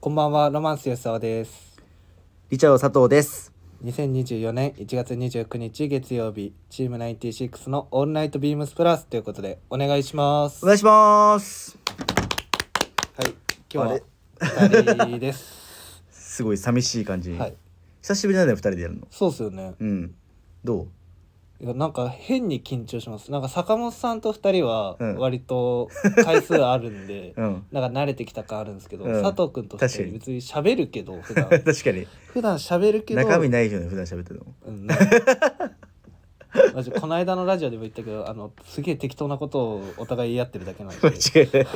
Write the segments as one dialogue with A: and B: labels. A: こんばんは、ロマンス安尾です。
B: リチャード佐藤です。
A: 2024年1月29日月曜日、チーム96のオールナイトビームスプラスということで、お願いします。
B: お
A: はい、
B: 願いします。
A: 今日は二人 です。
B: すごい寂しい感じ。
A: はい、
B: 久しぶりなんだよ、二人でやるの。
A: そうっすよね。
B: うん。ど
A: いやなんか変に緊張します。なんか坂本さんと二人は
B: うん
A: 割 と回数あるんで
B: う。、うん。
A: なんか慣れてきた感あるんですけど、
B: うん
A: 佐藤君と二
B: 確か
A: 人
B: に
A: 別に喋るけど、普段
B: 確かに。
A: 普段喋るけど、
B: 中身ないよね、普段喋ってるの。
A: うんなんかマジこの間のラジオ でも言ったけどあのすげえ適当なことをお互い言い合ってるだけ なんで
B: 間違いない。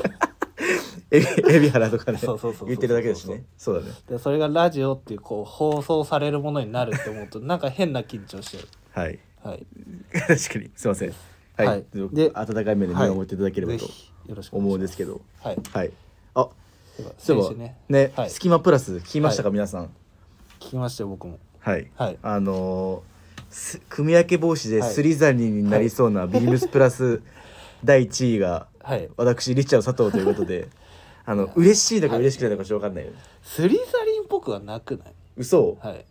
B: エビ、 エビ原とかね。
A: そうそうそうそう
B: 言ってるだけだしね。そうだね。
A: でそれがラジオっていうこう放送されるものになるって思うとなんか変な緊張しちゃ
B: はい。
A: う はい
B: 確かに。すいません。はい。
A: はいで
B: で、温かい目で見守っていただければ
A: ぜ
B: と
A: ひよろしくお願い
B: 思うん
A: しま
B: ですすけど。
A: はい
B: はい。あ、
A: では
B: そう
A: 先
B: いえば
A: 週ね
B: ね
A: は、い、
B: ス
A: 聞
B: キマプラス聞きましたか、皆さん。
A: きましたよ僕も
B: はい。
A: はい
B: あのーす組み分け防止で
A: はい
B: スリザリになりそうなビームスプラス第1位が
A: はい
B: 私リチャード佐藤というこ とであの嬉しいのか嬉しくないのかちょっとわかんないよね
A: スリザリンっぽくはなくない
B: 嘘、
A: はい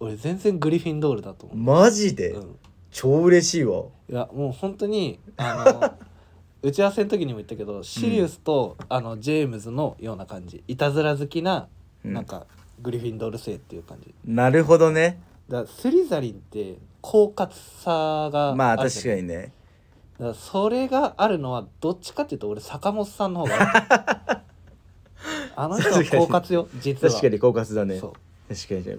A: 俺全然グリフィンドールだと思
B: マジ
A: う、
B: で、
A: うん、
B: 超嬉しいわ
A: いやもう本当に あの打ち合わせの時にも言ったけどシリウスと、あのジェームズのような感じいたずら好きな、
B: うん
A: なんかグリフィンドール性っていう感じ
B: なるほどね
A: だからスリザリンって狡猾さが
B: まあ
A: る
B: 確
A: じゃ
B: か
A: ない
B: にね
A: だからそれがあるのはどっちかっていうと俺坂本さんの方が あの人は狡猾よ実は
B: 確かに狡猾だね
A: そう
B: 確かに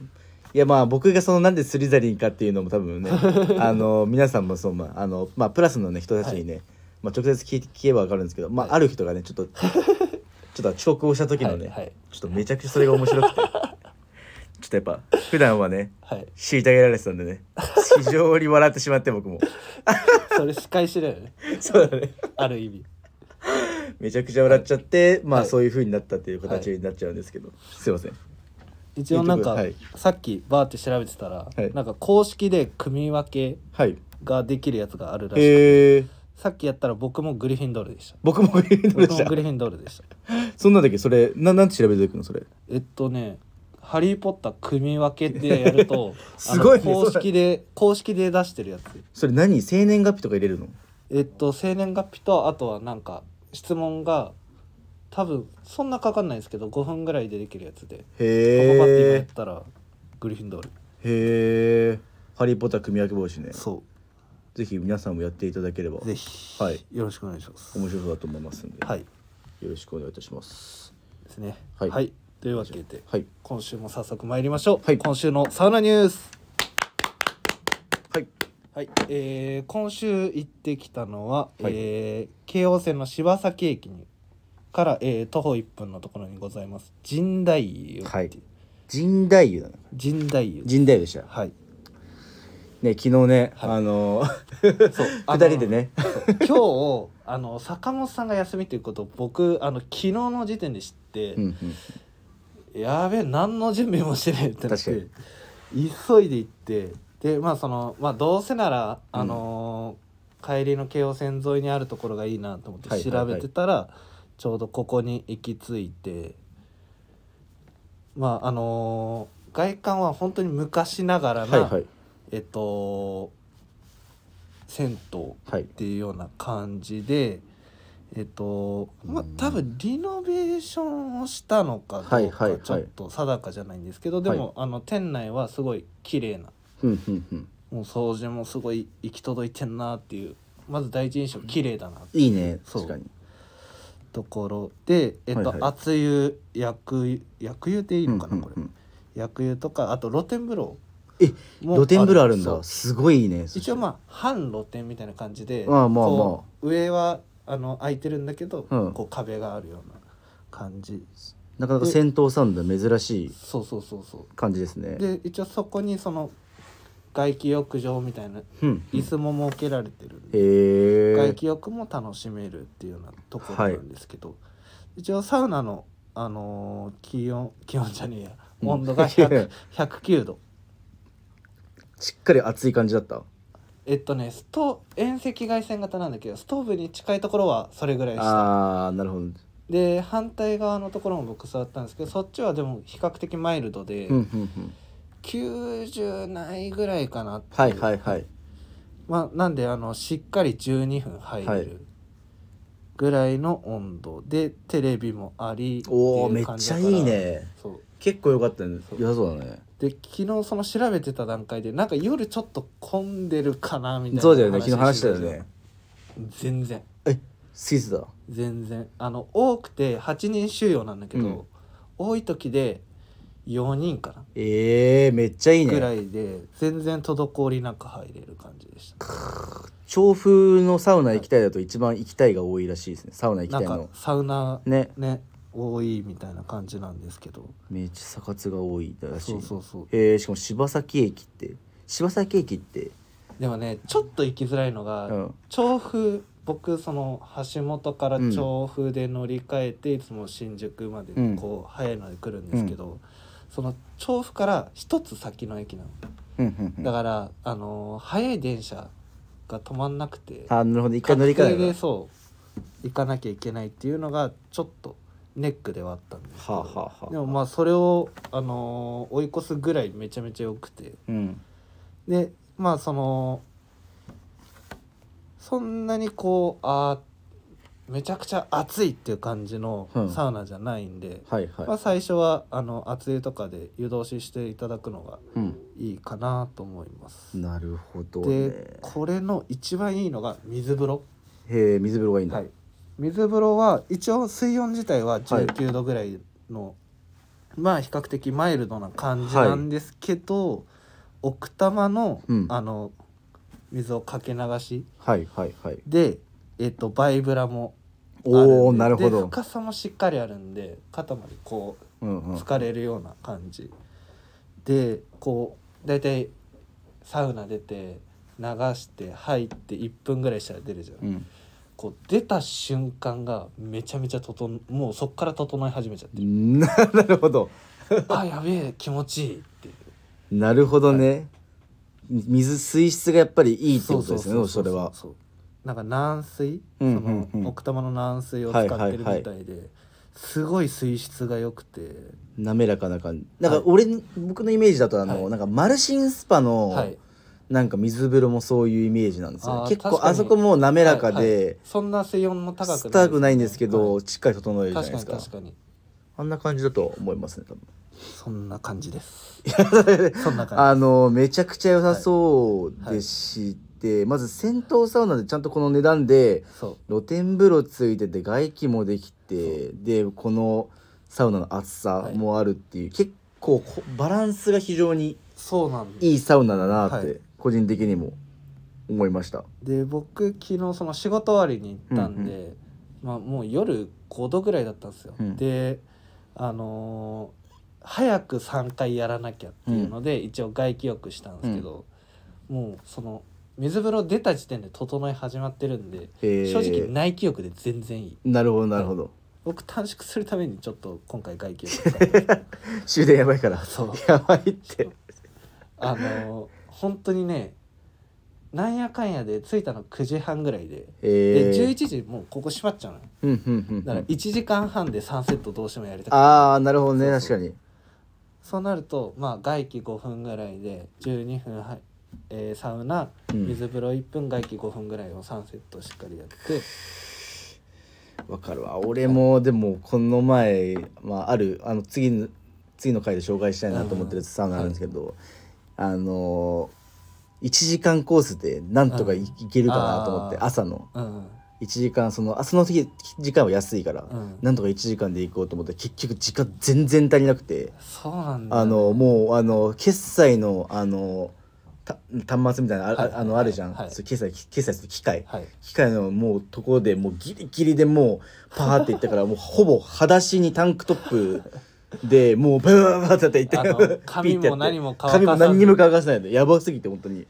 B: いやまあ僕がそのなんでスリザリンかっていうのも 多分ねあの皆さんもそうまああのまあプラスのね人たちにね、まあ直接聞い聞けばわかるんですけどまあ、
A: はい
B: ある人がねちょ っとちょっと遅刻をした時のね、
A: はいはい
B: ちょっとめちゃくちゃそれが面白 くてちょっとやっぱ普段はね
A: はい
B: 虐げられてたんでね非常に笑ってしまっ て僕も
A: それ仕返しだよね
B: そうだね
A: ある意味
B: めちゃくちゃ笑っちゃって、まあ、
A: はい
B: そういう風になったっていう形になっちゃうんですけど、すいません
A: 一応なんか、
B: はい
A: さっきバーって調べてたら、
B: はい
A: なんか公式で組み分け
B: はい
A: ができるやつがあるらしい、
B: えー、
A: さっきやったら僕もグリフィンドールでした
B: 僕もグリーンド
A: 僕
B: でし
A: も
B: た
A: グリフィンドールでした
B: そんなんだっけそれななんて調べていくのそれ
A: えっとね「ハリー・ポッター組み分け」ってやると
B: すごいね
A: あの公
B: それ
A: 式で公式で出してるやつ
B: それ何生年月日とか入れるの
A: えっと生年月日とあとはなんか質問が多分そんなかかんないですけど5分ぐらいでできるやつでパパパって今やっ
B: へえ
A: たらグリフィンドール
B: へえハリー・ポッター組み分け防止ね
A: そ
B: ぜひ皆さんもやっていただけれ
A: う
B: ば
A: ぜ
B: 面
A: ひ、
B: はい
A: よろしくお願いします
B: 白そうだと思いますんで、
A: はい
B: よろしくお願いいたします
A: ですねは、
B: はいい
A: というわけで
B: はい
A: 今週も早速参りましょう、
B: はい
A: 今週のサウナニュース
B: はい
A: はい、えー今週行ってきたのは、
B: はい
A: えー京王線の柴崎駅にから、えー徒歩1分のところにございます神代湯って、
B: はい神代湯だな
A: 神代湯
B: 神代湯でした
A: はい
B: ね昨日ね、
A: はい
B: あの
A: そう
B: 二人でね
A: あのそう今日あの坂本さんが休みということを僕あの昨日の時点で知って、
B: うんうん
A: やべえ何の準備もしてねえってなっ
B: 確
A: て急いで行ってでまあそのまあどうせならあのー帰りの京王線沿いにあるところがいいなと思って
B: はいはい
A: 調
B: はい
A: べてたら、ちょうどここに行き着いてまああのー外観は本当に昔ながら
B: は
A: な、
B: いはい
A: えっと銭湯
B: はい
A: っていうような感じでえっとまあ多分リノベーションをしたのか
B: は
A: どう
B: いはい
A: か
B: はい
A: ちょっと定かじゃないんですけど、でも、あの店内はすごい綺麗な
B: うんうんうん
A: もう掃除もすごい行き届いてんなっていうまず第一印象綺麗だなって
B: いいね
A: そう
B: 確かに
A: ところで、えっと
B: はいはい
A: 熱湯薬湯薬湯でいいのかな、これ
B: うんうんうん
A: 薬湯とかあと露天風呂
B: え
A: も
B: 露天風呂あるん
A: そう
B: だすごいいいね
A: 一応まあ半露天みたいな感じで
B: まあまあまあ
A: こう上はあの空いてるんだけど、
B: うん
A: こう壁があるような感じ
B: なかなか銭湯サウナ珍しい
A: そうそうそうそ
B: 感じですね
A: うで一応そこにその外気浴場みたいな
B: うんうん
A: 椅子も設けられてるんで、
B: へえ
A: 外気浴も楽しめるっていうようなところなんですけど、一応サウナの、あのー気温 気温じゃねえや
B: うん
A: 温度 が100 109度
B: しっかり熱い感じだった
A: えっとねスト遠赤外線型なんだけどストーブに近いところはそれぐらいした
B: あーなるほど
A: で反対側のところも僕座ったんですけどそっちはでも比較的マイルドで、
B: うんうんうん
A: 90ないぐらいかなっていう
B: はいはいはい
A: まあ、なんであのしっかり12分入
B: は
A: る
B: い
A: ぐらいの温度でテレビもありって
B: おお
A: い
B: め
A: う
B: っ
A: 感じ
B: ち
A: だ
B: ゃ
A: か
B: い
A: ら
B: いね
A: そう
B: 結構良かったね良さそうだね
A: で昨日その調べてた段階でなんか夜ちょっと混んでるかなみたいな
B: そうだよね昨日話したよ
A: して
B: ね
A: たんですよ全然
B: えスイスだ
A: 全然あの多くて8人収容なんだけど、
B: うん
A: 多い時で4人かな
B: えー、めっちゃいい
A: ぐら
B: ね
A: いで全然滞りなく入れる感じでした
B: 調布のサウナ行きたいだと一番行きたいが多いらしいですねサウナ行き
A: な
B: た
A: ん
B: い
A: か
B: の
A: サウナ
B: ね
A: ね多いみたいな感じなんですけど
B: めっちゃサカツが多いらしい
A: そうそうそう
B: えー、しかも柴崎駅って柴崎駅って
A: でもねちょっと行きづらいのが、
B: うん
A: 調布僕その橋本から調布で乗り換えて、いつも新宿まで
B: うん
A: こう早いので来るんですけど、その調布から一つ先の駅なの
B: うんうんうん
A: だから、あのー早い電車が止まんなくて
B: あなるほど一回乗り換え
A: 確定
B: な
A: でそう行かなきゃいけないっていうのがちょっとネックではあったんですけど、
B: はあはあはあ
A: でもまあそれを、あのー追い越すぐらいめちゃめちゃ良くて
B: うん
A: でまあそのそんなにこうあーめちゃくちゃ暑いっていう感じの
B: うん
A: サウナじゃないんで、
B: はいはい、
A: まあ、最初はあの熱湯とかで湯通ししていただくのが
B: うん
A: いいかなと思います。
B: なるほどね
A: でこれの一番いいのが水風呂、
B: へえ水風呂がいいんだ、
A: はい、水風呂は一応水温自体は19度ぐらいの、まあ比較的マイルドな感じなんですけど、奥多摩の,、
B: うん
A: あの水をかけ流し
B: はいはいはい
A: で、えっとバイブラもあるんで
B: おおなるほ
A: で
B: ど、
A: 深さもしっかりあるんで肩までこう
B: うんうん、
A: 疲れるような感じ、でこう大体サウナ出て流して入って1分ぐらいしたら出るじゃん、
B: うん
A: こう出た瞬間がめちゃめちゃ整もうそっから整い始めちゃってる
B: な なるほど
A: あやべえ気持ちいいっていう
B: なるほどね、水水質がやっぱりいいってことです
A: う
B: ね
A: う
B: そうれは
A: そうなんか軟水、
B: うんうん
A: その奥多摩の軟水を使ってるみたいで、
B: は
A: すごい水質が良くて
B: 滑らかな感じなん
A: は
B: か
A: い
B: 俺、僕のイメージだとあの、
A: はい
B: なんかマルシンスパの、
A: はい
B: なんか水風呂もそういうイメージなんですよ
A: あー
B: 結構
A: 確かに
B: あそこも滑らか
A: はいは
B: で
A: い、そんな水温も高くない
B: 高くないんですけど、
A: は
B: しっかり整え
A: い
B: るじゃな
A: 確
B: い
A: か
B: で
A: に
B: すか
A: 確かに
B: あんな感じだと思いますね多分
A: そんな感じです。そんな感
B: あのめちゃくちゃ良さそうでして、まず銭湯サウナでちゃんとこの値段で
A: じ。そう。
B: 露天風呂ついてて外気もできてでこのサウナの暑さもあるっていう、結構こバランスが非常に
A: そうなんで
B: いいサウナだなっ
A: はい
B: て個人的にも思いました、
A: で僕昨日その仕事終わりに行ったんで、
B: う
A: まあもう夜5度ぐらいだったんですよ。
B: うん
A: で、あのー早く3回やらなきゃっていうので、一応外気浴したんですけど、もうその水風呂出た時点で整い始まってるんで、
B: えー
A: 正直内気浴で全然いい。
B: なるほどなるほど、
A: 僕短縮するためにちょっと今回外気浴したん ですけど
B: 終電やばいから
A: そう。
B: やばいって
A: あの本当にねなんやかんやで着いたの9時半ぐらいで、
B: え
A: で
B: ー、
A: 11時もうここ閉まっちゃうのよ
B: うんうんうんう
A: だから
B: ん
A: 1時間半で3セットどうしてもやりたくて
B: ああなるほど
A: そ
B: ね
A: うそう
B: 確かに
A: そうなるとまあ外気5分ぐらいで12分はい、えーサウナ
B: うん
A: 水風呂1分外気5分ぐらいを3セットしっかりやって、
B: わかるわ俺もでもこの前、まあ、あるあの次の次の回で紹介したいなと思ってるサウナあるんですけど、あの1時間コースでなんとかい,、
A: うん
B: けるかなと思って
A: あー
B: 朝の
A: うん、
B: 1時間その朝の時時間は安いから、
A: うん
B: なんとか1時間で行こうと思って結局時間全然足りなくて、
A: そうなんだよ
B: あのもうあの決済のあのた端末みたいなあ,あ、
A: はい
B: あのあるじゃん、
A: はい
B: そう決済決済する機械、
A: はい
B: 機械のもうところでもうギリギリでもうパーっていったからもうほぼ裸足にタンクトップでもうババババってやって
A: あの髪も何も乾かさず
B: 髪も何にも乾かさないでやばすぎて本当に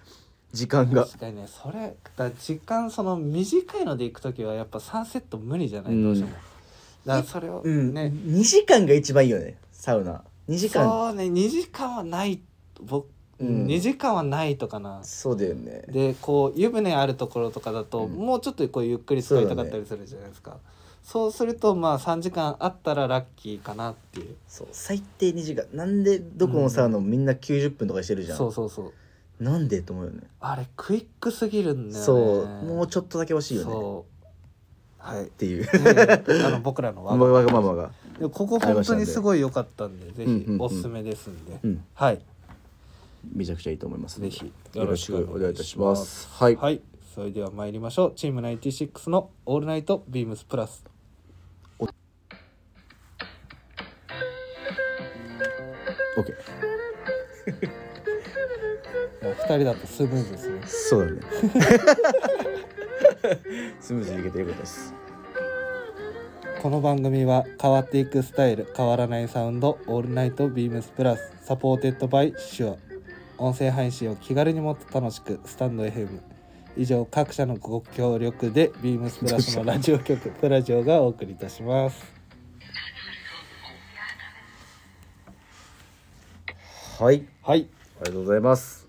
B: 時間が
A: 確かにねそれだ時間その短いので行く時はやっぱ3セット無理じゃない、
B: うん
A: どうしてもだからそれをね、
B: うん、2時間が一番いいよねサウナ2時間
A: そうね2時間はない僕、
B: うん
A: 2時間はないとかな
B: そうだよね
A: でこう湯船あるところとかだと、
B: うん
A: もうちょっとこうゆっくり使いたかったりするじゃないですかそう,、そうするとまあ3時間あったらラッキーかなっていう
B: そう最低2時間なんでどこのサウナもみんな90分とかしてるじゃん、
A: そうそうそう
B: なんでと思うよね
A: あれクイックすぎるんだよね
B: そうもうちょっとだけ欲しいよね
A: そう はい
B: っていう
A: であの僕らの
B: わ
A: ワ
B: が
A: ゴン
B: わがままが
A: でここ本当にすごい良かったんでぜ
B: うんうん
A: ひ
B: うん
A: おすすめですんで
B: うん
A: はい
B: めちゃくちゃいいと思います
A: ぜひ
B: よろしくお願いいたしますはい、
A: はいそれでは参りましょうチーム96の「オールナイトビームスプラス」
B: オッケー
A: もう2人だとスムーズですね
B: そうだねスムーズにいけてよかったです
A: この番組は変わっていくスタイル変わらないサウンド「オールナイトビームスプラス」サポーテッドバイシュア音声配信を気軽にもっと楽しくスタンド FM 以上各社のご協力でビームスプラスのラジオ 局プラジオがお送りいたします
B: はい
A: はい
B: ありがとうございます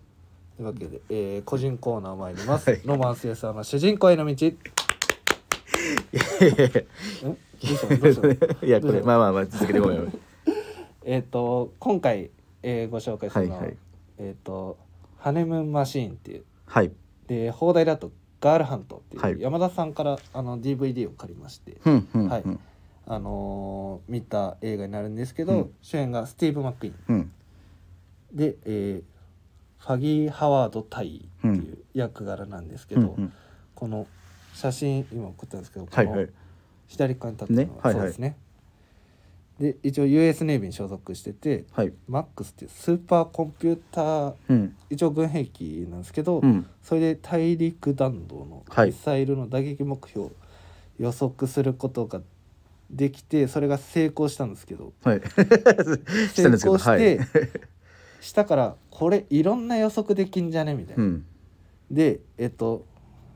A: というわけで、えー個人コーナー参ります、
B: はい
A: ロマンス安さんの主人公へ の道んどうしたのどうしたの
B: いやこれまあまあまあ続けてごめんごめん
A: えっと今回、えーご紹介するのは、
B: はいはい
A: えっ、と「ハネムーンマシーン」っていう
B: はい
A: で放題だと「ガールハント」っていう、
B: はい
A: 山田さんからあの DVD を借りまして、
B: ふんふんふん
A: はいあのー見た映画になるんですけど、
B: うん
A: 主演がスティーブ・マックイーン
B: うん
A: で、えーファギー・ハワード・タイっていう役柄なんですけ
B: う
A: ど、
B: んうん
A: この写真今送ったんですけどこ
B: はいはい
A: の左側に立ってるの
B: ね
A: が
B: はい
A: そ
B: は
A: う
B: い
A: ですね。で一応 US ネイビーに所属してて
B: はい
A: マックスっていうスーパーコンピューター
B: うん
A: 一応軍兵器なんですけど、
B: うん
A: それで大陸弾道の
B: はい
A: ミサイルの打撃目標を予測することができてそれが成功したんですけど
B: はいしたん
A: 成
B: ですけど
A: 功し
B: はい
A: て、 したからこれいろんな予測できんじゃねみたいな。
B: うん
A: でえっと、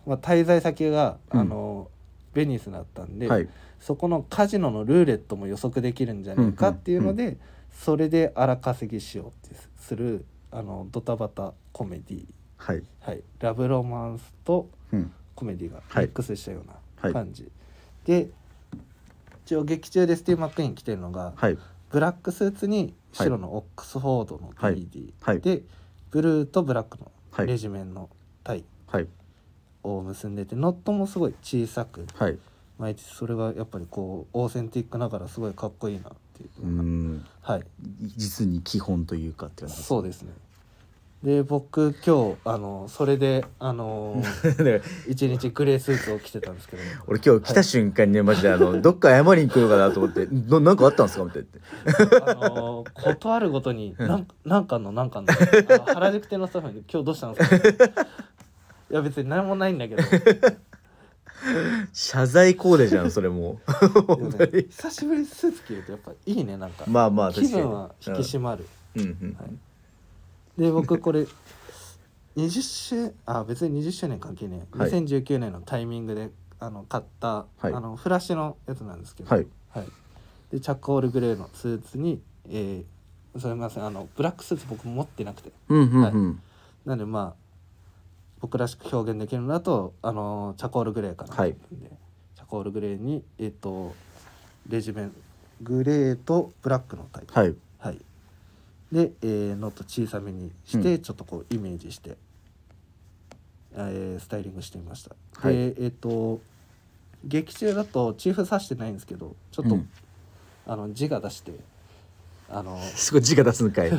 A: まあ、滞在先が、
B: うん
A: あのベニスだったんで、
B: はい
A: そこのカジノのルーレットも予測できるんじゃないかっていうので、それで荒稼ぎしようってするあのドタバタコメディ
B: はい
A: はい、ラブロマンスと
B: うん
A: コメディが
B: はい
A: ミックスしたよう
B: は
A: ない感じ、で一応劇中でスティーブ・マックイーン着てるのが、
B: はい
A: ブラックスーツに白のオックスフォードの
B: はい
A: DD、
B: はい
A: でブルーとブラック
B: は
A: の
B: い
A: レジメンのタイ
B: はい
A: を結んでて、ノットもすごい小さく
B: はい
A: 巻いてそれがやっぱりこうオーセンティックながらすごいかっこいいなっていう、
B: うん
A: はい
B: 実に基本というかって感じ
A: そうですねで僕今日あのそれであ の
B: だから
A: 一日グレースーツを着てたんですけど
B: 俺今日来た瞬間にねマジであのどっか謝りに来ようかなと思って「ななんかあったんですか?」みたいな
A: あのー、ことあるごとに、なん、なんかあんの、なんかあんの、あ の原宿店のスタッフに、今日どうしたんですか。いや、別に何もないんだけど、で
B: 謝罪コーデじゃんそれ も
A: もね久しぶりにスーツ着ると、やっぱいいね、なんか。
B: うまあまあ
A: 気
B: 確かに
A: 分は引き締まる。
B: うんうん
A: はいで、僕、これ。20周あ別に20周年関係ねえ、
B: はい
A: 2019年のタイミングであの買った、
B: はい
A: あのフラッシュのやつなんですけど、
B: はい
A: はい、でチャックオールグレーのスーツに、えー、すみませんあのブラックスーツ僕持ってなくて
B: うんうんうん
A: なのでまあ僕らしく表現できるのだと、あのーチャコールグレーかな
B: はい
A: でチャコールグレーにえっ、とレジメングレーとブラックのタイプ
B: はい
A: はいで、えー、ノット小さめにして、
B: う
A: ちょっとこうイメージして、えースタイリングしてみました、
B: はい
A: でえっ、と劇中だとチーフ刺してないんですけどちょっと、
B: うん
A: あの字が出してあの
B: すごい字が出すんかい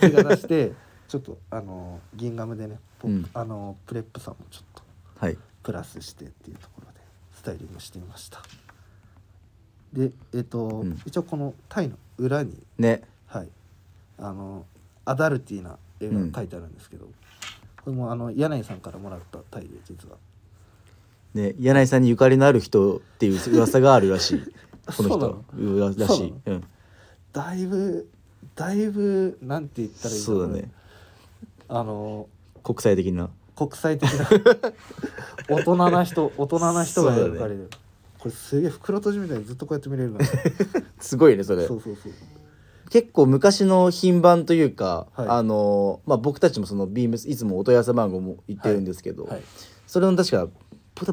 A: 手が出してちょっとあの銀ガムでね、ポップ
B: うん
A: あのプレップさんもちょっと
B: はい
A: プラスしてっていうところでスタイリングしてみましたでえっ、と、
B: ん
A: 一応このタイの裏に
B: ね
A: はいあのアダルティーな絵が書いてあるんですけど、これもあの柳井さんからもらったタイで実は
B: ね柳井さんにゆかりのある人っていう噂がある らしいこの人
A: そう
B: うわらしい
A: そう
B: うん
A: だいぶだいぶなんて言ったらいいん
B: そうだ
A: ろう
B: ね
A: あの
B: 国際的な
A: 国際的 な大人な人大人な人がやるから、これすげえ袋閉じみたいにずっとこうやって見れる から
B: すごいねそれ
A: そうそうそう
B: 結構昔の品番というか、
A: はい
B: あのまあ僕たちもそのビームスいつもお問い合わせ番号も言ってるんですけど、
A: はい
B: それの確か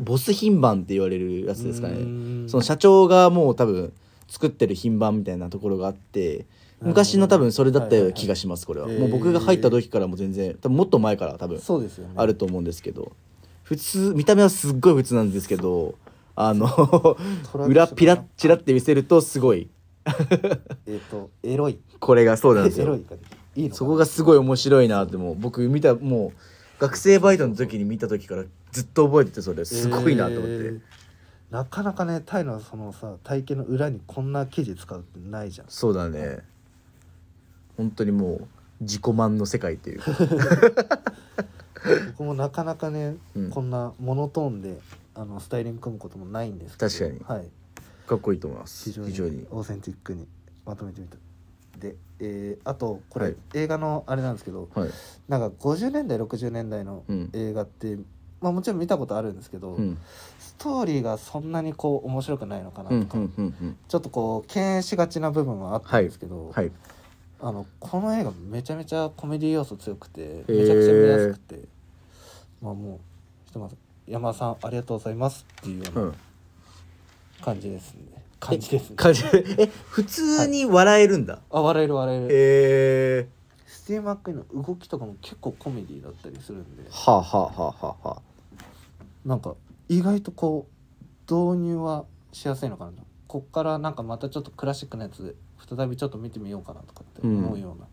B: ボス品番って言われるやつですか
A: う
B: ね
A: ーん
B: その社長がもう多分作ってる品番みたいなところがあって昔の多分それだったような気がしますこれは
A: はい
B: も
A: はいはいう
B: 僕が入った時からも全然多分もっと前から多分
A: そうですよね
B: あると思うんですけど普通見た目はすっごい普通なんですけどあの
A: トラック
B: 裏ピラッチラって見せるとすごい
A: えっ、とエロい
B: これがそうなんです
A: エロ い
B: よ
A: かねいいのかな
B: そこがすごい面白いなってもう僕見たもう学生バイトの時に見た時からずっと覚えててそれすごいなと思って、
A: えーなかなかねタイのそのさ体型の裏にこんな生地使うってないじゃん
B: そうだね本当にもう自己満の世 界っていうか
A: 僕もなかなかね、
B: うん
A: こんなモノトーンであのスタイリング組むこともないんですけど
B: 確かに
A: はい、
B: かっこいいと思いま
A: 非
B: す
A: 常
B: 非
A: に
B: 常に
A: オーセンティックにまとめてみたで、えーあとこれ、
B: はい
A: 映画のあれなんですけど
B: はい
A: なんか50年代60年代の
B: うん
A: 映画って、まあ、もちろん見たことあるんですけど、
B: うん
A: ストーリーがそんなにこう面白くないのかな
B: う
A: と
B: ん
A: か、
B: うんうん
A: ちょっとこう敬遠しがちな部分はあったんですけど、
B: うんはい
A: あのこの映画めちゃめちゃコメディ要素強くて
B: ー
A: めちゃくちゃ見やすくて、まあもうひとまず山田さんありがとうございますっていうよう
B: う
A: なん感じですね、感じですね
B: 感じえ普通に笑えるんだ、
A: あ笑える笑える
B: へえ
A: スティーブ・マックイーンの動きとかも結構コメディだったりするんで
B: はあ、はあはあはあはあ、
A: なんか意外とこう導入はしやすいのかなとこっからなんかまたちょっとクラシックなやつ再びちょっと見てみようかなとかって思うような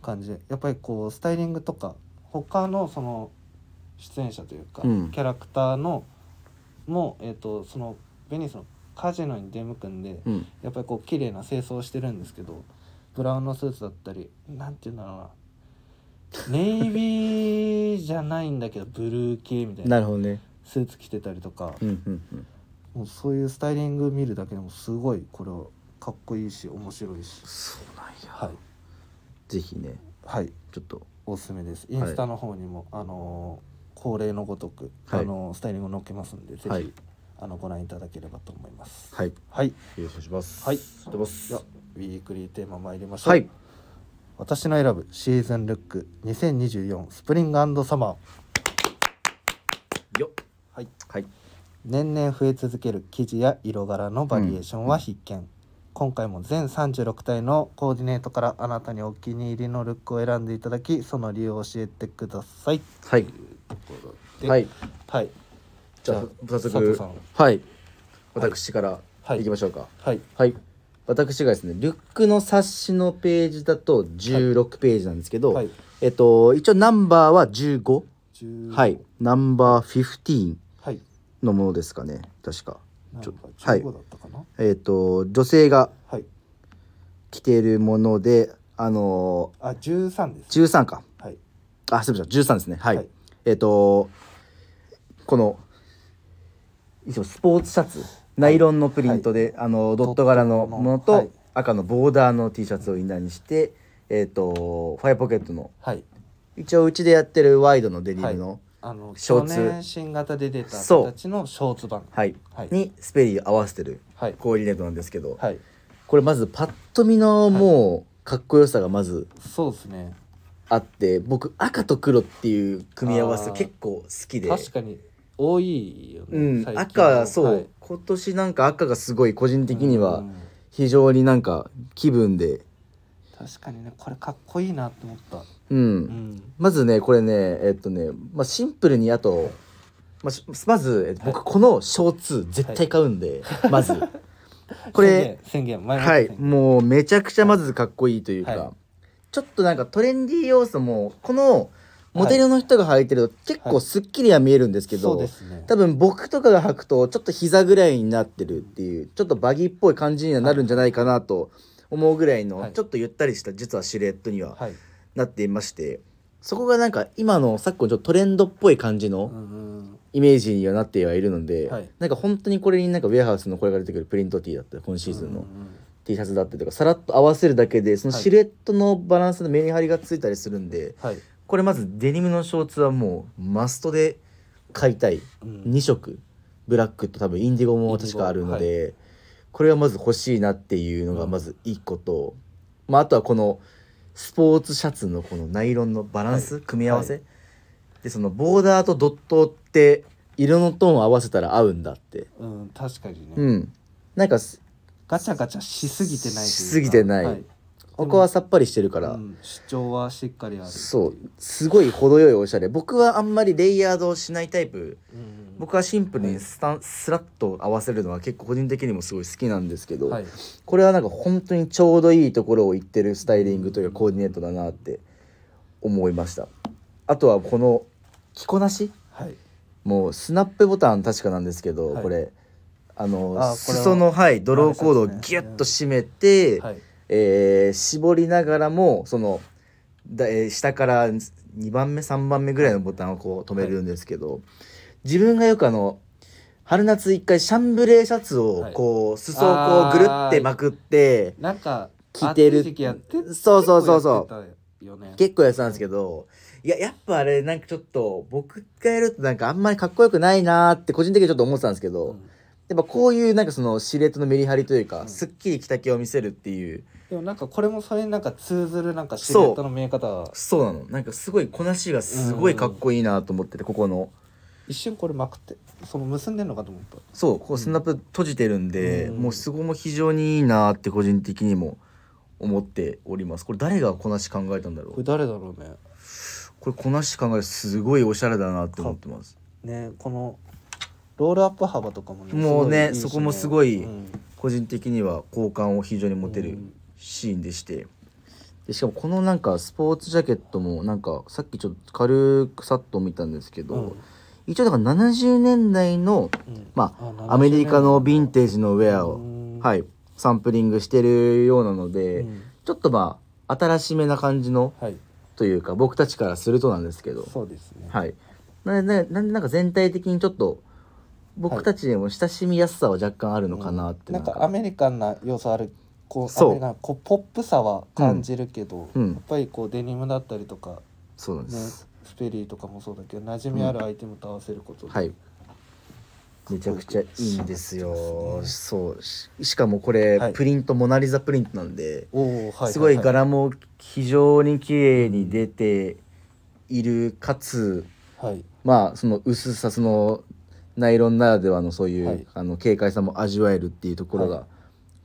A: 感じで、やっぱりこうスタイリングとか他のその出演者というか、
B: うん
A: キャラクターのも、えー、とそのベニスのカジノに出向くんで、
B: うん、
A: やっぱりこう綺麗な清掃をしてるんですけどブラウンのスーツだったりなんていうんだろうなネイビーじゃないんだけどブルー系みたい
B: な
A: な
B: るほどね
A: スーツ着てたりとか
B: うんうんうん
A: もうそういうスタイリング見るだけでもすごいこれはかっこいいし面白いし
B: そうなんや
A: はい
B: ぜひね
A: はい
B: ちょっと
A: おすすめですイ
B: い
A: ンスタの方にも、あのー恒例のごとく、
B: はい
A: あのースタイリング載っけますんでぜひ、
B: はい
A: あのご覧いただければと思います
B: はい
A: はい
B: お願いします
A: はい
B: 出ます
A: ではウィークリーテーマ参りましょう
B: はい
A: 私の選ぶシーズンルック2024スプリングサマー
B: よ
A: はい
B: はい
A: 年々増え続ける生地や色柄のバリエーションは必見、今回も全36体のコーディネートからあなたにお気に入りのルックを選んでいただきその理由を教えてください
B: はい
A: ということで
B: は
A: はいはい
B: じゃあ早速
A: 佐藤さん
B: はい私から
A: はい
B: いきましょうか
A: はい
B: はい、私がですねルックの冊子のページだと16ページなんですけど、
A: はい
B: えっと一応ナンバーは15
A: 十
B: はいナンバー15
A: はい
B: のものですかね確か
A: なん
B: ち
A: か
B: ょはい
A: 15だったかな
B: えっと女性が
A: はい
B: 着ているものであの
A: あ13です
B: ー、13か
A: はい
B: あすみません13ですねはい、
A: はい
B: えっ、とこのいつもスポーツシャツナイロンのプリントで、あのドット柄のものと、
A: はい
B: 赤のボーダーの T シャツをインナーにして、えっとファイアポケットの
A: はい
B: 一応うちでやってるワイドのデニムの、
A: あの
B: ショー
A: 去
B: ツ
A: 年新型で出た
B: そう
A: 形のショーツ版
B: はい
A: はい
B: にスペリー合わせてる
A: はい
B: コーディネートなんですけど、
A: はい
B: これまずパッと見のもうかっこよさがまず
A: そうですね
B: あって僕赤と黒っていう組み合わせ
A: あー
B: 結構好きで
A: 確かに多いよね、
B: うん、
A: 最近
B: 赤そう、
A: はい
B: 今年なんか赤がすごい個人的に
A: う
B: は
A: ん
B: 非常になんか気分で、
A: 確かにねこれかっこいいなって思った、
B: うん
A: うん、
B: まずねこれねえっとね、まあ、シンプルにあと、まあしまずえっと僕このショーツ絶対買うんで、まずこれ
A: 宣言宣言前々
B: はい
A: 宣言
B: もうめちゃくちゃまずかっこいいというか、
A: はい
B: ちょっとなんかトレンディー要素もこのモデルの人が履いてると結構すっきりは見えるんですけど、
A: そうですね
B: 多分僕とかが履くとちょっと膝ぐらいになってるっていうちょっとバギーっぽい感じにはなるんじゃないかなと思うぐらい
A: は
B: の
A: い
B: ちょっとゆったりした実はシルエットには
A: はい、
B: なっていましてそこがなんか今の昨今ちょっとトレンドっぽい感じ
A: う
B: の
A: ん
B: イメージにはなってはいるので
A: はい
B: なんか本当にこれになんかウェアハウスのこれから出てくるプリント T だったり今シーズン
A: う
B: の
A: ん
B: T シャツだったりとかさらっと合わせるだけでその
A: はい
B: シルエットのバランスのメリハリがついたりするんで
A: はい、
B: これまずデニムのショーツはもうマストで買いたい。
A: うん
B: 2色ブラックと多分インディゴも確かあるので、これはまず欲しいなっていうのがまず1個と、まあ、あとはこのスポーツシャツのこのナイロンのバランス、組み合わせ、
A: は
B: でそのボーダーとドットって色のトーンを合わせたら合うんだって
A: うん確かにね、
B: うんなんかす
A: ガチャガチャしすぎてないというか
B: しすぎてない他はさっぱりしてるから、
A: うん主張はしっかりある
B: そうすごい程よいおしゃれ僕はあんまりレイヤードをしないタイプ
A: うん
B: 僕はシンプルにスタンスラッと合わせるのは結構個人的にもすごい好きなんですけど、
A: はい
B: これはなんか本当にちょうどいいところを言ってるスタイリングというかコーディネートだなって思いましたあとはこの着こなし
A: はい
B: もうスナップボタン確かなんですけど、
A: はい
B: これあ
A: あこ
B: の
A: れは
B: 裾のはいドローコードを
A: あれです
B: ギ
A: ね
B: ュッと締めて、
A: はい
B: えー絞りながらもそのだ、えー下から2番目3番目ぐらいのボタンをこう止めるんですけど、自分がよくあの春夏一回シャンブレーシャツを
A: はい
B: こう、裾をこうぐるってまくって
A: なんか
B: 着てる
A: 暑い時期やって
B: そうそうそうそう
A: 結構やってたよね
B: 結構やってたんですけど、いややっぱあれなんかちょっと僕がやるとなんかあんまりかっこよくないなーって個人的にちょっと思ってたんですけど、
A: うん
B: やっぱこういうなんかそのシルエットのメリハリというか、
A: うん
B: すっきり着丈を見せるっていう
A: でもなんかこれもそれになんか通ずるなんかシルエットの見え方は
B: そうなのなんかすごいこなしがすごいかっこいいなと思っててここの
A: 一瞬これまくってその結んでんのかと思った
B: そうこうスナップ閉じてるんで、
A: うん
B: もうそこも非常にいいなって個人的にも思っておりますこれ誰がこなし考えたんだろ
A: こ
B: う
A: れ誰だろうね
B: これこなし考えるすごいおしゃれだなって思ってます
A: ねこのロールアップ幅とかもね
B: もう
A: すごいい
B: ね
A: いし
B: そこもすごい
A: うん
B: 個人的には好感を非常に持て
A: う
B: る
A: ん
B: シーンでしてでしかもこのなんかスポーツジャケットもなんかさっきちょっと軽くさっと見たんですけど、
A: うん
B: 一応だから70年代の
A: うん
B: ま
A: あ70
B: あアメリカのヴィンテージのウェアを、
A: うん
B: はい、サンプリングしてるようなので、
A: うん
B: ちょっとまあ新しめな感じの
A: はい
B: というか僕たちからするとなんですけど、
A: そうですね
B: はい、なななんでなんか全体的にちょっと僕たちでも親しみやすさは若干あるのかなって
A: なんかアメリカンな要素あるこう
B: そう
A: アメリカンこうポップさは感じるけど、
B: うん
A: やっぱりこうデニムだったりとか、
B: そうなんで
A: ね、
B: す、
A: スペリーとかもそうだけど馴染みあるアイテムと合わせることで、
B: はいめちゃくちゃいいんですよ
A: そうです
B: そうししかもこれ、
A: はい
B: プリントモナ・リザプリントなんで、
A: おーはいはは
B: すごい柄も非常に綺麗に出ているかつ
A: はい
B: まあその薄さそのナイロンならではのそういう、
A: はい
B: あの軽快さも味わえるっていうところ
A: は
B: が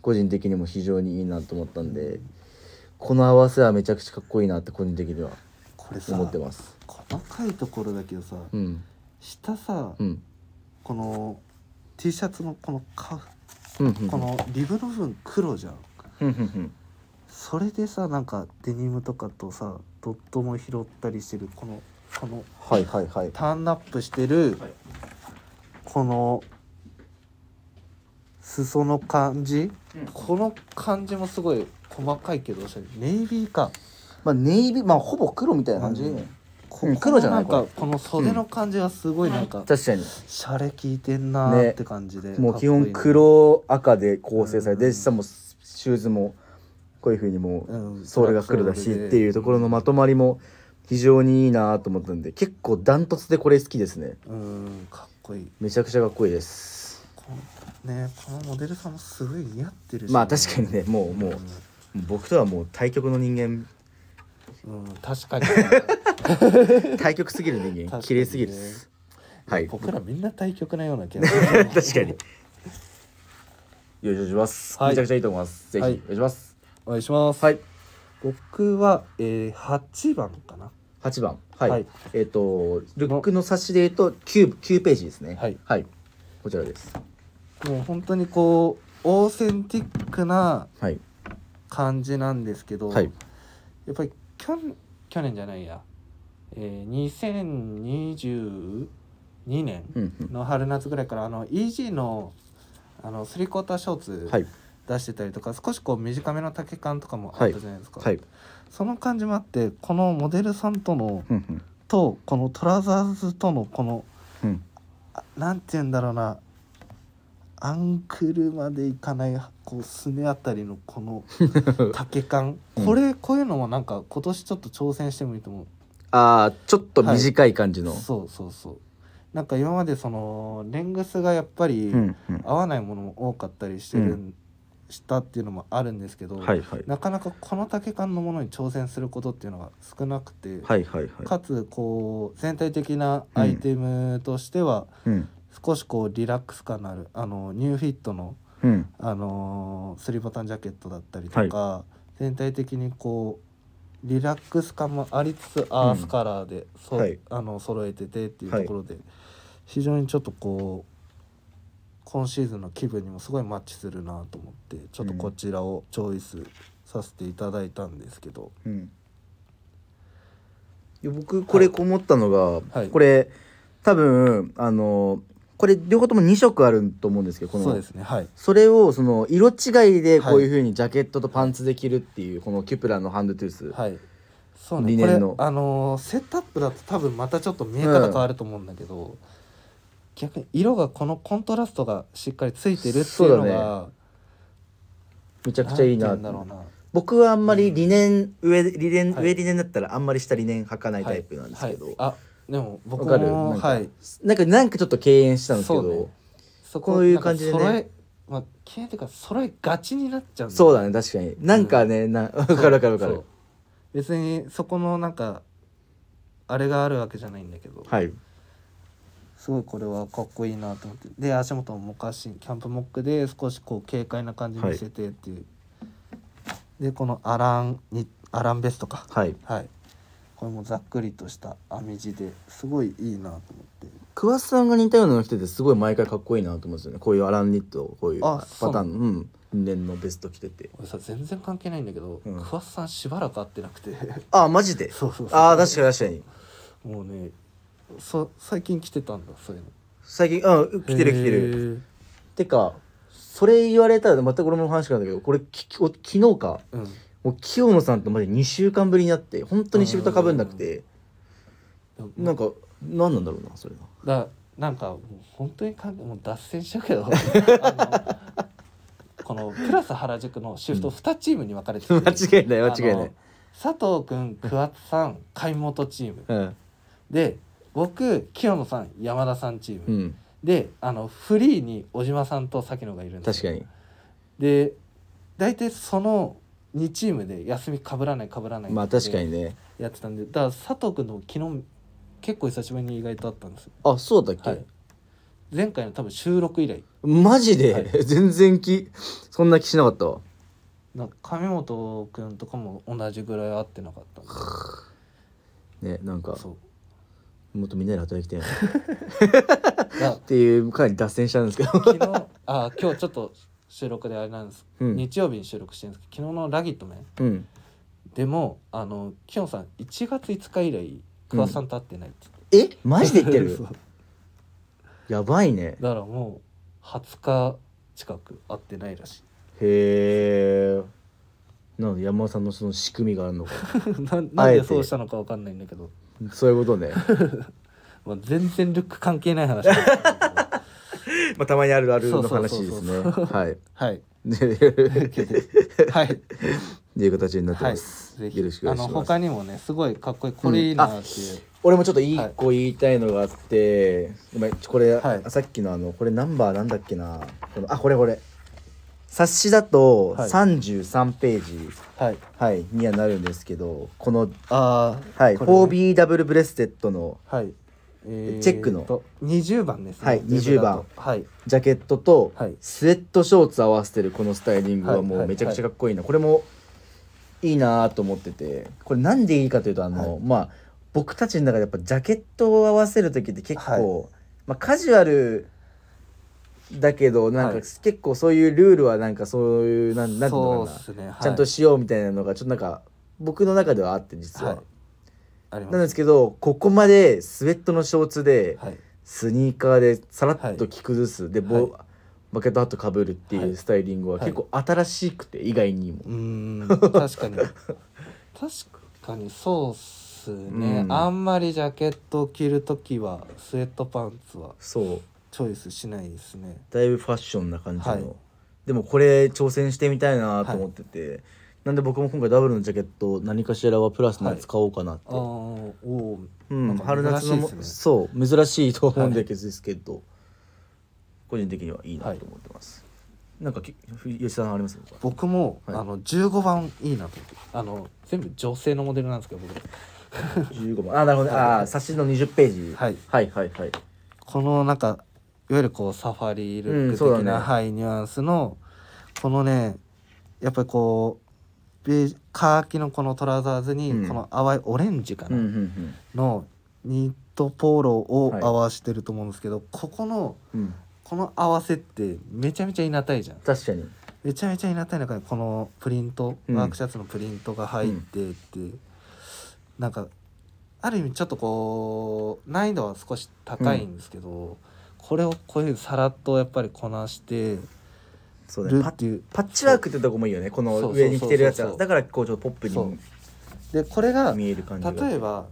B: 個人的にも非常にいいなと思ったんで、この合わせはめちゃくちゃかっこいいなって個人的には
A: これさ
B: 思ってます。
A: 細かいところだけどさ、
B: うん、
A: 下さ、
B: うん、
A: この T シャツのこのか
B: うん、うん、
A: このリブの部分黒じゃん
B: うん、うん、うん、
A: それでさなんかデニムとかとさドットも拾ったりしてるこのこの
B: はいはいはい。
A: ターンアップしてる、
B: はい
A: この裾の感じ、
B: うん
A: この感じもすごい細かいけどおしゃれネイビーか
B: まあネイビーまあほぼ黒みたいな感じ。
A: うんこ
B: うん黒じゃない
A: このんか
B: こ
A: この袖の感じはすごいなんか
B: 確かに。
A: シャレ効いてんなーって感じで、
B: もう基本
A: かっこいい
B: 黒赤で構成され
A: うんうんう
B: て
A: ん
B: しかもシューズもこういうふうにもう
A: うん
B: ソールが黒だしっていうところのまとまりも非常にいいなと思ったんで結構ダントツでこれ好きですね
A: うんかっこいい
B: めちゃくちゃかっこいいです
A: このねこのモデルさんもすごい似合ってるし、
B: まあ確かにねもうもう僕とはもう対極の人間
A: うん、うん、確かに
B: 対極すぎる人
A: 確
B: 間
A: かにね
B: 綺麗すぎるっすはい確
A: 僕
B: から
A: みんな対極なような気がす る
B: によいしょします、
A: はい
B: めちゃくちゃいいと思いますぜひ、
A: はい
B: お願いします
A: お願いします、
B: はい
A: 僕は、えー、8番かな
B: 8番はい、
A: はい
B: えっ、とルックの冊子で言うと 9, 9ページですね
A: はい
B: こちらです
A: もう本当にこうオーセンティックな
B: はい
A: 感じなんですけど、
B: はい
A: やっぱり去年去年じゃないや、えー、2022年
B: うんうん
A: の春夏ぐらいからあの EG のあのスリークォーターショーツ
B: はい
A: 出してたりとか、少しこう短めの丈感とかもあったじゃないですか、
B: はい
A: その感じもあってこのモデルさんとの
B: うんうん
A: とこのトラザーズとのこの
B: うん
A: あなんて言うんだろうなアンクルまでいかないこうすねあたりのこ の丈感
B: うん
A: これこういうのもなんか今年ちょっと挑戦してもいいと思
B: ああちょっと短い感じ
A: う
B: の、
A: そうそうそうなんか今までそのレングスがやっぱり
B: うんうん
A: 合わないものも多かったりしてるん、したっていうのもあるんですけど、
B: はいはい
A: なかなかこの丈感のものに挑戦することっていうのが少なくて、
B: はいはいは
A: かつこう全体的なアイテムとしては、
B: いうん
A: 少しこうリラックス感のあるあのニューフィットの、
B: うん
A: あのースリーボタンジャケットだったりとか、全体的にこうリラックス感もありつつアースカラーでそ、
B: はい
A: あの揃えててっていうところで、非常にちょっとこう今シーズンの気分にもすごいマッチするなと思ってちょっとこちらをチョイスさせていただいたんですけど、
B: うんいや僕これ思ったのが、
A: はい
B: これ多分あのこれ両方とも2色あると思うんですけどこの
A: そうですねはい
B: それをその色違いで
A: はい
B: こういうふうにジャケットとパンツで着るっていうこのキュプラのハンドトゥース、
A: はいそうね
B: 理
A: これ
B: 念の
A: あのーセットアップだと多分またちょっと見え方変わると思うんだけど、逆に色がこのコントラストがしっかりついてるっていうの
B: そうだ
A: が
B: めちゃくちゃいいな
A: なんて言うんだろうな
B: 僕はあんまり理念、上理念、
A: はい
B: 上理念だったらあんまり下理念履かないタイプなんですけど、
A: はいはいあでも僕
B: わかる
A: も
B: なんか
A: はい
B: なんかなんかちょっと敬遠したんですけど
A: そ
B: そうう,、
A: ねそ
B: こういう感じでね
A: なんか揃えまあ経営というか揃えがちになっちゃうんよ
B: だね確かになんかね、 なわかるわかるわか
A: そ
B: る
A: う別にそこのなんかあれがあるわけじゃないんだけど、
B: はい
A: すごいこれはかっこいいなと思ってで足元もモカシンキャンプモックで少しこう軽快な感じに見せてっていう、でこのアランにアランベストか
B: はい
A: はいこれもざっくりとした編み地ですごいいいなと思って
B: 桑田さんが似たようなの着ててすごい毎回かっこいいなと思うんですよねこういうアランニットこういう
A: あ
B: パ
A: そ
B: タ
A: う
B: ーンのうん理念のベスト着てて
A: 俺さ全然関係ないんだけど、
B: うん
A: 桑田さんしばらく会ってなくて
B: あマジ で
A: そうそうそう
B: あー確かに確かに
A: もうねそ最近来てたんだそういうの
B: 最近うん着てる着てる
A: る
B: てかそれ言われたら全く俺も話変わるんだけどこれききお昨日か
A: うん
B: もう清野さんとまで2週間ぶりになって本当にシフトかぶんなくて
A: でも
B: なんか何なんだろうなそれは
A: だなんかもう本当にかんもう脱線しちゃう けどあのこのプラス原宿のシフト2チームに分かれてて、
B: 間違いない間違い
A: あ
B: な
A: の
B: い
A: 佐藤君桑田さん貝本チーム
B: うん
A: で僕清野さん山田さんチーム、
B: うん
A: であのフリーに小島さんと崎野がいるんです
B: 確
A: よ
B: かに
A: で大体その2チームで休みかぶらないかぶらない
B: まあ確かにね
A: やってたんでだから佐藤君の昨日結構久しぶりに意外とあったんですよ、
B: あそうだっけ、
A: はい、前回の多分収録以来
B: マジで、
A: は
B: 全然気そんな気しなかったわ
A: なんか上本君とかも同じぐらい会ってなかったんで
B: ねなんか
A: そう
B: もっとみんなで働きたいな っ
A: だ
B: ていうかなり脱線したんですけど
A: 昨日あ今日ちょっと収録であれなんです、
B: うん
A: 日曜日に収録してるんですけど昨日の「ラギットね
B: うん
A: でもあのキヨンさん1月5日以来桑田さんと会ってないって言って、
B: えマジで言って る
A: そう
B: やばいね
A: だからもう20日近く会ってないらしい
B: へえなので山田さんのその仕組みがあるのか
A: ななん
B: あえ
A: で
B: て
A: そうしたのかわかんないんだけど、
B: そういうことね
A: まあ、全然ルック関係ない話なんですけど
B: まあたまにあるあ
A: るの話ですね
B: はい
A: はい
B: で
A: はい
B: っていう形になって
A: は
B: ま
A: い
B: す、
A: ぜひ
B: よろしくお願い
A: あ
B: し
A: の
B: ます
A: 他にもねすごいかっこいいこれいいなっていう、
B: 俺もちょっといい
A: はい
B: 個言いたいのがあって、ごめんこれ、
A: はい
B: さっきのあのこれナンバーなんだっけなこのあこれこれ冊子だと
A: はい
B: 33ページ、
A: はい
B: はいにはなるんですけどこの、
A: ああ
B: はい
A: これね
B: 4BW ブレステッドの
A: はい、え
B: チェックの
A: えと20番ですね
B: はい20番
A: はい
B: ジャケットと
A: はい
B: スウェットショーツ合わせてるこのスタイリング
A: は
B: はいも
A: は
B: う
A: い
B: めちゃくちゃかっこいいな、これもいいなと思っててこれなんでいいかというとあの、まあ僕たちの中でやっぱジャケットを合わせる時って結構、まあ、カジュアルだけどなんか
A: はい
B: 結構そういうルールはなんかそういうなんなんていう
A: そ
B: の
A: う
B: か
A: で
B: な、
A: すね、はい、
B: ちゃんとしようみたいなのがちょっとなんか僕の中ではあって実は、
A: はいあります
B: なんですけどここまでスウェットのショーツで、
A: はい
B: スニーカーでさらっと着崩す、でボ、
A: は
B: バケットハットかぶるって
A: はいいう
B: スタイリングは結構新しくて、意外にも
A: うーん確 かに確かにそうっすね、
B: うん
A: あんまりジャケットを着るときはスウェットパンツは
B: そう
A: チョイスしないですね
B: だいぶファッションな感じの、
A: はい
B: でもこれ挑戦してみたいなと思ってて、なんで僕も今回ダブルのジャケット何かしらはプラスの使おうかなって、
A: ああおおー、
B: うん
A: なんか
B: 春夏の
A: 珍
B: も
A: しいです
B: そう珍しいと思うんだけどですけど、個人的にはいいなと思ってます、
A: ね
B: なんかき吉田さんありますか
A: 僕も、
B: はい
A: あの15番いいなと思ってあの全部女性のモデルなんですけど僕
B: 15番あなるほどねああ冊子の20ページ、
A: はい
B: はいはいはい
A: このなんかいわゆるこうサファリルック的
B: うんそうだ
A: な、
B: ね
A: はいニュアンスのこのねやっぱりこうベージュカーキのこのトラウザーズに、
B: うん
A: この淡いオレンジか
B: う
A: な、
B: んうん
A: のニットポロを合わしてると思うんですけど、ここの
B: うん、うん、
A: この合わせってめちゃめちゃいなたいじゃん
B: 確かに
A: めちゃめちゃいなたい中にこのプリント、
B: うん
A: ワークシャツのプリントが入ってって、なんかある意味ちょっとこう難易度は少し高いんですけど、これをこういうふうにさらっとやっぱりこなして
B: そうだ
A: る
B: ね
A: っていう
B: パッチワークってとこもいいよね
A: そ
B: こ
A: うそうそ
B: の
A: うそう
B: 上に着てるやつ
A: そ
B: は
A: う
B: だからこうちょっとポップ
A: そう
B: に
A: でこれが
B: 見える感じが
A: 例えば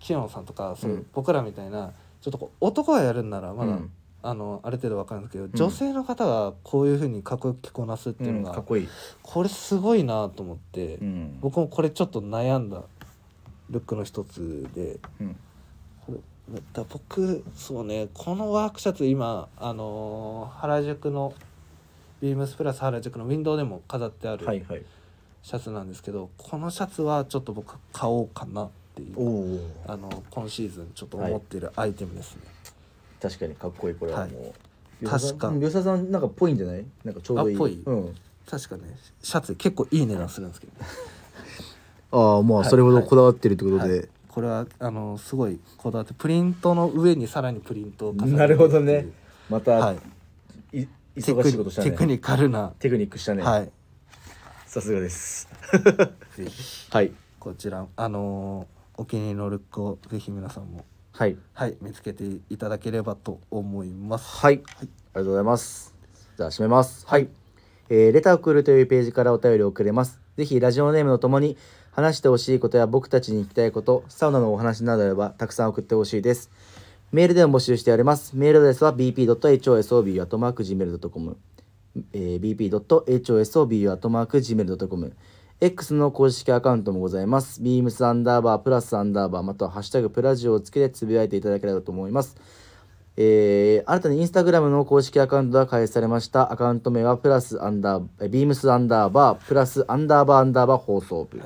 A: 清野さんとかそういううん僕らみたいな、ちょっとこう男がやるんならまだ、
B: うん
A: あのある程度わかるんですけど、女性の方がこういうふうにかっこよく着こなすっていううの
B: ん、
A: が、
B: かっこいい、
A: これすごいなと思って。
B: うん
A: 僕もこれちょっと悩んだルックの一つで
B: うん
A: これだから僕そうねこのワークシャツ今、あのー原宿のビームスプラス原宿のウィンドウでも飾ってあ
B: はい
A: る
B: はい
A: シャツなんですけど、このシャツはちょっと僕買おうかなってい
B: お
A: う
B: お
A: あの今シーズンちょっと思ってるアイテムですね、
B: 確かにかっこいいこれは
A: はい
B: もう、
A: 確か
B: 吉田さんなんかっぽいんじゃないなんかちょうどいい
A: あぽい
B: うん、
A: 確かねシャツ結構いい値段するんですけど
B: ああま
A: あそれほどこだ
B: わってるってこ
A: はいこれはあのすごいこだわってプリントの上にさらにプリントを重ね
B: なるほどねまた、
A: はい
B: い、忙しいことしたね
A: テクニカルな、
B: テクニックしたね、
A: はい
B: さすがです
A: ぜひ
B: はい
A: こちらあのーお気に入りのルックをぜひ皆さんも
B: はい
A: はい見つけていただければと思います
B: はい、ありがとうございます。じゃあ、締めます。はい。えーレターを送るというページからお便りをくれます。ぜひ、ラジオネームとともに、話してほしいことや僕たちに聞きたいこと、サウナのお話などあれば、たくさん送ってほしいです。メールでも募集しております。メールアドレスは bp.hosobu.gmail.com、えー、bp.hosobu.gmail.com X の公式アカウントもございます。beams アンダーバープラスアンダーバーまたはハッシュタグプラジオをつけてつぶやいていただければと思います。えー新たにインスタグラムの公式アカウントが開始されました。アカウント名はプラスアンダー、えビームスアンダーバー、プラスアンダーバーアンダーバー放送部。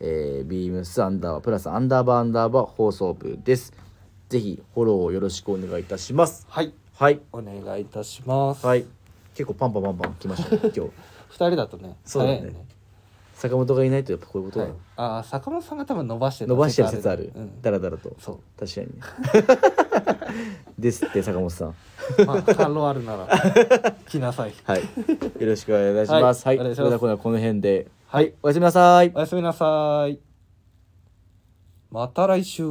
B: えー、ビームスアンダーバー、プラスアンダーバーアンダーバー放送部です。ぜひフォローをよろしくお願いいたします。
A: はい
B: はい。
A: お願いいたします、
B: はい。結構パンパンパンパン来ましたね、 今日。
A: 2人だとね
B: そうだね
A: 早いよ
B: 坂本がいないとやっぱこういうことだ
A: はい
B: な、
A: あー坂本さんが多分伸ばしてた
B: 伸ばしてる説ある
A: う。ん
B: だらだらと。
A: そう
B: 確かに。 ですって、坂本さん。
A: まあ反論ある なら来なさい
B: はい。よろしくお願いします。は。
A: はいいお願いします
B: それでは今度はこの辺で。
A: はい
B: おやすみなさい
A: お。やすみなさいまた来週